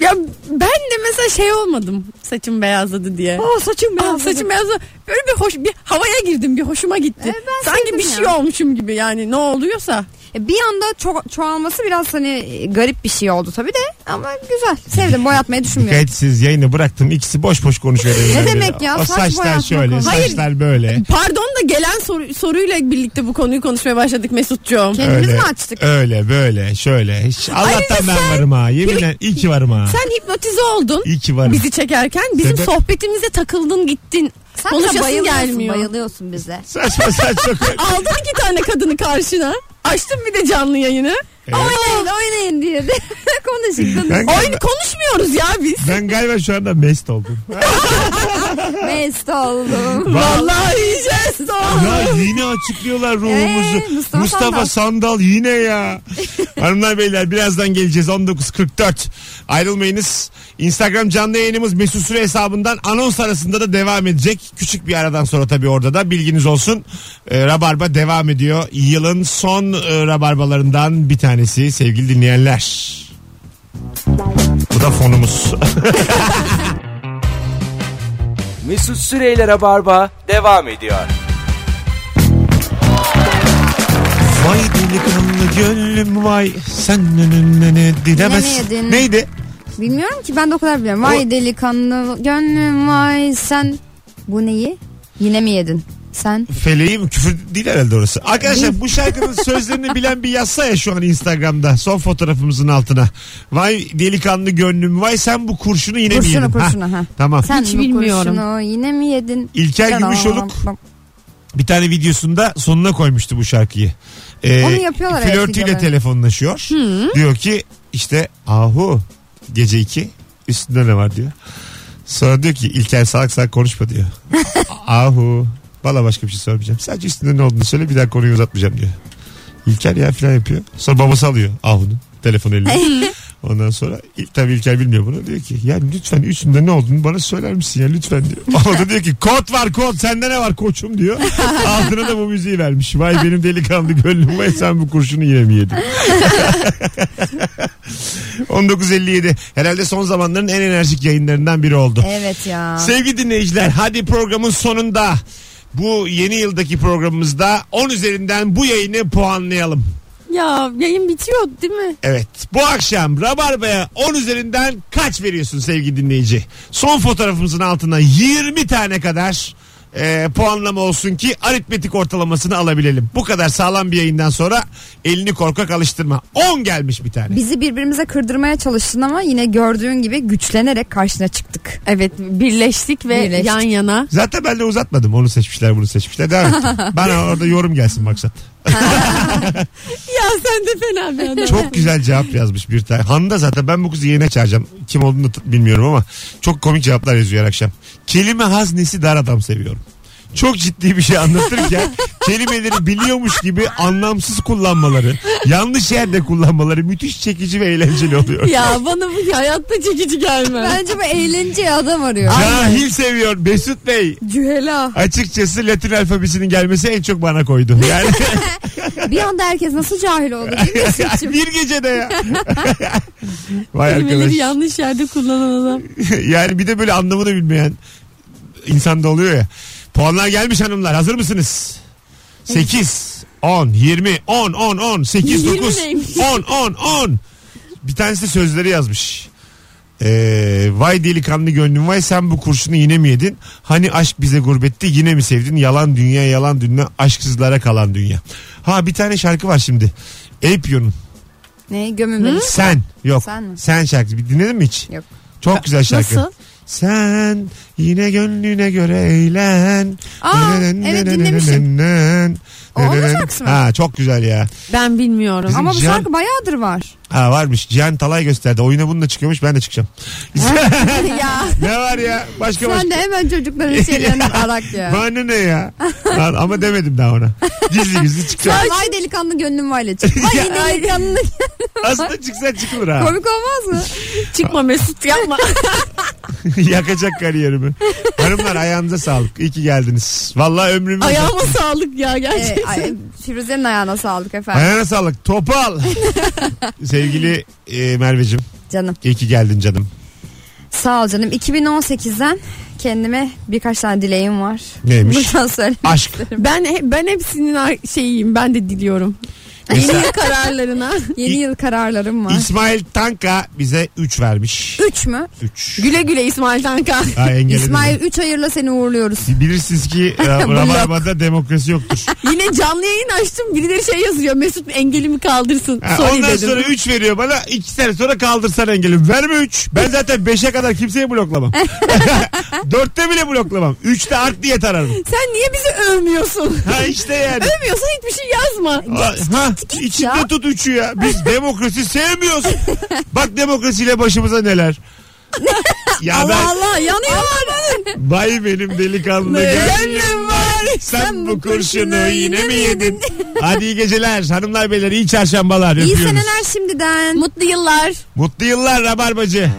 [SPEAKER 3] Ya ben de mesela şey olmadım saçım beyazladı diye.
[SPEAKER 4] Aa saçım
[SPEAKER 3] Aa, saçım beyazladı. Böyle bir hoş bir havaya girdim bir hoşuma gitti.
[SPEAKER 4] E, ben
[SPEAKER 3] Sanki
[SPEAKER 4] sevdim
[SPEAKER 3] bir
[SPEAKER 4] ya.
[SPEAKER 3] şey olmuşum gibi yani ne oluyorsa.
[SPEAKER 4] Bir anda ço- çoğalması biraz hani e, garip bir şey oldu tabii de. Ama güzel. Sevdim. Boyatmayı düşünmüyorum.
[SPEAKER 2] Kayıtsız yayını bıraktım. İkisi boş boş konuşuyor.
[SPEAKER 4] Ne demek ya?
[SPEAKER 2] O
[SPEAKER 4] Saç
[SPEAKER 2] saçlar
[SPEAKER 4] boyatma
[SPEAKER 2] şöyle,
[SPEAKER 4] konusu.
[SPEAKER 3] Hayır.
[SPEAKER 2] saçlar böyle.
[SPEAKER 3] Pardon da gelen soru, soruyla birlikte bu konuyu konuşmaya başladık Mesut'cuğum.
[SPEAKER 4] Kendimiz
[SPEAKER 2] Öyle,
[SPEAKER 4] mi açtık?
[SPEAKER 2] öyle, böyle, şöyle. Hiç- Allah'tan ben varım ha. Yeminle iyi ki varım ha.
[SPEAKER 3] Sen hipnotize oldun
[SPEAKER 2] İyi ki varım.
[SPEAKER 3] bizi çekerken. Bizim
[SPEAKER 2] Sebep-
[SPEAKER 3] sohbetimize takıldın gittin.
[SPEAKER 4] Sen de
[SPEAKER 3] Konuşasın
[SPEAKER 4] bayılıyorsun,
[SPEAKER 3] gelmiyor.
[SPEAKER 4] Bayılıyorsun bize.
[SPEAKER 2] Saçma saçma. konuş-
[SPEAKER 3] Aldın iki tane kadını karşına. Açtın bir de canlı yayını.
[SPEAKER 2] Evet.
[SPEAKER 4] Oynayın oynayın diye de konuştuk.
[SPEAKER 2] Ben-
[SPEAKER 3] Oyun konuşmuyor Bilmiyoruz ya biz.
[SPEAKER 2] Ben galiba şu anda mest oldum.
[SPEAKER 4] Mest oldum.
[SPEAKER 3] Vallahi yiyeceğiz.
[SPEAKER 2] Ya yine açıklıyorlar ruhumuzu.
[SPEAKER 4] Ee,
[SPEAKER 2] Mustafa, Sandal.
[SPEAKER 4] Mustafa Sandal.
[SPEAKER 2] yine ya. Hanımlar beyler birazdan geleceğiz 19.44. Ayrılmayınız. Instagram canlı yayınımız Mesut Süre hesabından anons arasında da devam edecek. Küçük bir aradan sonra tabii orada da bilginiz olsun. Ee, Rabarba devam ediyor. Yılın son e, Rabarbalarından bir tanesi sevgili dinleyenler. Bu da fonumuz.
[SPEAKER 1] Mesut Süreyler'e barba devam ediyor.
[SPEAKER 2] Vay delikanlı gönlüm vay sen önüne ne dilemez.
[SPEAKER 4] Ne yedin?
[SPEAKER 2] Neydi?
[SPEAKER 4] Bilmiyorum ki ben de o kadar biliyorum. Vay delikanlı gönlüm vay sen. Bu neyi? Yine mi yedin? Sen
[SPEAKER 2] Feleği mi? Küfür değil herhalde orası. Arkadaşlar bu şarkının sözlerini bilen bir yazsa ya şu an Instagram'da son fotoğrafımızın altına. Vay delikanlı gönlüm vay sen bu kurşunu yine mi
[SPEAKER 4] kurşuna
[SPEAKER 2] yedin?
[SPEAKER 4] kurşuna. Ha.
[SPEAKER 2] Tamam.
[SPEAKER 4] Sen
[SPEAKER 3] Hiç
[SPEAKER 4] bu
[SPEAKER 3] bilmiyorum.
[SPEAKER 4] kurşunu yine mi yedin?
[SPEAKER 2] İlker
[SPEAKER 4] Canım.
[SPEAKER 2] Gümüşoluk bir tane videosunda sonuna koymuştu bu şarkıyı. Ee,
[SPEAKER 4] Onu yapıyorlar evet
[SPEAKER 2] Flörtüyle
[SPEAKER 4] videoları.
[SPEAKER 2] telefonlaşıyor. Diyor ki işte ahu gece iki üstünde ne var diyor. Sonra diyor ki İlker salak salak konuşma diyor. ahu valla başka bir şey sormayacağım. Sadece üstünde ne olduğunu söyle bir daha konuyu uzatmayacağım diyor. İlker ya filan yapıyor. Sonra babası alıyor ahu'nu telefon eline. Ondan sonra ilk tabii İlker bilmiyor bunu. Diyor ki ya lütfen üstünde ne olduğunu bana söyler misin ya lütfen diyor. O da diyor ki kod var kod sende ne var koçum diyor. Altına da bu müziği vermiş. Vay benim delikanlı gönlüm vay sen bu kurşunu yine mi yedin? 1957 herhalde son zamanların en enerjik yayınlarından biri oldu.
[SPEAKER 4] Evet ya.
[SPEAKER 2] Sevgili dinleyiciler hadi programın sonunda bu yeni yıldaki programımızda 10 üzerinden bu yayını puanlayalım.
[SPEAKER 3] Ya yayın bitiyor değil mi?
[SPEAKER 2] Evet. Bu akşam Rabarba'ya 10 üzerinden kaç veriyorsun sevgili dinleyici? Son fotoğrafımızın altına 20 tane kadar e, puanlama olsun ki aritmetik ortalamasını alabilelim. Bu kadar sağlam bir yayından sonra elini korkak alıştırma. 10 gelmiş bir tane.
[SPEAKER 4] Bizi birbirimize kırdırmaya çalıştın ama yine gördüğün gibi güçlenerek karşına çıktık.
[SPEAKER 3] Evet birleştik ve
[SPEAKER 4] Birleştik.
[SPEAKER 3] yan yana.
[SPEAKER 2] Zaten ben de uzatmadım. Onu seçmişler bunu seçmişler. Devam et. Bana orada yorum gelsin maksat.
[SPEAKER 3] Ya sen de fena bir adam.
[SPEAKER 2] Çok güzel cevap yazmış bir tane. Handa zaten ben bu kızı yayına çağıracağım. Kim olduğunu t- bilmiyorum ama çok komik cevaplar yazıyor her akşam. Kelime haznesi dar adam seviyorum. Çok ciddi bir şey anlatırken kelimeleri biliyormuş gibi anlamsız kullanmaları, yanlış yerde kullanmaları müthiş çekici ve eğlenceli oluyor.
[SPEAKER 3] Ya bana bu hayatta çekici gelmez.
[SPEAKER 4] Bence bu eğlenceye adam arıyor.
[SPEAKER 2] Cahil seviyor Mesut Bey.
[SPEAKER 4] Cühela.
[SPEAKER 2] Açıkçası Latin alfabesinin gelmesi en çok bana koydu. Yani
[SPEAKER 4] Bir anda herkes nasıl cahil oldu değil mi? Mesut'cum?
[SPEAKER 2] bir gecede ya. Vay arkadaş.
[SPEAKER 3] Kelimeleri yanlış yerde kullanan adam.
[SPEAKER 2] yani bir de böyle anlamını bilmeyen insan da oluyor ya. Puanlar gelmiş hanımlar. Hazır mısınız? 8, 10, 20, 10, 10, 10, 8,
[SPEAKER 3] 20
[SPEAKER 2] 9,
[SPEAKER 3] neymiş?
[SPEAKER 2] 10, 10, 10. Bir tanesi de sözleri yazmış. Ee, vay delikanlı gönlüm vay sen bu kurşunu yine mi yedin? Hani aşk bize gurbetti yine mi sevdin? Yalan dünya yalan dünya aşksızlara kalan dünya. Ha bir tane şarkı var şimdi. Apion'un.
[SPEAKER 4] ne gömün beni.
[SPEAKER 2] Sen yok.
[SPEAKER 4] Sen mi?
[SPEAKER 2] Sen şarkısı. Bir dinledin mi hiç?
[SPEAKER 4] Yok.
[SPEAKER 2] Çok güzel şarkı.
[SPEAKER 3] Nasıl?
[SPEAKER 2] Sen yine gönlüne göre eğlen.
[SPEAKER 4] Aa, evet, dinlemişim. O onun şarkısı mı?
[SPEAKER 2] Ha, çok güzel ya.
[SPEAKER 3] Ben bilmiyorum.
[SPEAKER 2] Bizim
[SPEAKER 4] Ama bu
[SPEAKER 2] Cihan-
[SPEAKER 4] şarkı bayağıdır var.
[SPEAKER 2] Ha, varmış. Cihan Talay gösterdi. Oyuna bununla çıkıyormuş. Ben de çıkacağım.
[SPEAKER 4] ya
[SPEAKER 2] ne var ya? Başka başka.
[SPEAKER 4] sen de hemen çocukların şeylerini arak ya.
[SPEAKER 2] Bana ne ya? Lan ama demedim daha ona. Gizli gizli çıkacağım.
[SPEAKER 4] Vay delikanlı gönlüm vayla çık. Vay delikanlı
[SPEAKER 2] Aslında çıksa çıkılır ha.
[SPEAKER 4] komik olmaz mı?
[SPEAKER 3] Çıkma Mesut yapma.
[SPEAKER 2] Yakacak kariyerimi. Hanımlar ayağınıza sağlık. İyi ki geldiniz. Vallahi ömrümü
[SPEAKER 3] Ayağıma sağlık ya
[SPEAKER 4] Ee,
[SPEAKER 3] gerçekten.
[SPEAKER 4] ay, Firuze'nin ayağına sağlık efendim.
[SPEAKER 2] Ayağına sağlık. Topal. Sevgili e, Merveciğim.
[SPEAKER 4] Canım.
[SPEAKER 2] iyi ki geldin canım.
[SPEAKER 4] Sağ ol canım. 2018'den kendime birkaç tane dileğim var.
[SPEAKER 2] Neymiş?
[SPEAKER 4] Buradan söyle.
[SPEAKER 2] Aşk.
[SPEAKER 3] ben he- ben hepsinin ar- şeyiyim. Ben de diliyorum. Yeni
[SPEAKER 2] Mesela
[SPEAKER 3] yıl kararlarına.
[SPEAKER 4] Yeni yıl kararlarım var.
[SPEAKER 2] İsmail Tanka bize 3 vermiş.
[SPEAKER 4] 3 mü?
[SPEAKER 2] 3.
[SPEAKER 3] Güle güle İsmail Tanka.
[SPEAKER 2] Ha, engelledim.
[SPEAKER 4] İsmail 3 hayırla seni uğurluyoruz.
[SPEAKER 2] Bilirsiniz ki e,
[SPEAKER 4] Blok.
[SPEAKER 2] Rabarba'da demokrasi yoktur.
[SPEAKER 3] Yine canlı yayın açtım. Birileri şey yazıyor. Mesut engelimi kaldırsın.
[SPEAKER 2] Ha,
[SPEAKER 3] Sorry
[SPEAKER 2] ondan
[SPEAKER 3] dedim.
[SPEAKER 2] sonra 3 veriyor bana. 2 sene sonra kaldırsan engelim. Verme 3. Ben zaten 5'e kadar kimseyi bloklamam. 4'te bile bloklamam. 3'te art diye tararım.
[SPEAKER 3] Sen niye bizi övmüyorsun?
[SPEAKER 2] Ha işte yani.
[SPEAKER 3] Övmüyorsan hiçbir şey yazma.
[SPEAKER 2] Ha, ha, içinde
[SPEAKER 4] ya.
[SPEAKER 2] tut üçü ya. Biz demokrasi sevmiyoruz. Bak demokrasiyle başımıza neler. Ya ben
[SPEAKER 3] Allah Allah yanıyorlar.
[SPEAKER 2] bay benim delikanlı gönlüm var. Sen bu kurşunu yine mi yedin? Hadi iyi geceler hanımlar beyler iyi çarşambalar
[SPEAKER 4] İyi
[SPEAKER 2] öpüyoruz.
[SPEAKER 4] seneler şimdiden.
[SPEAKER 3] Mutlu yıllar.
[SPEAKER 2] Mutlu yıllar Rabarbacı.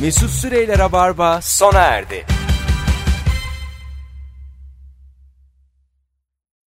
[SPEAKER 1] Mesut Süreyler'e barba sona erdi.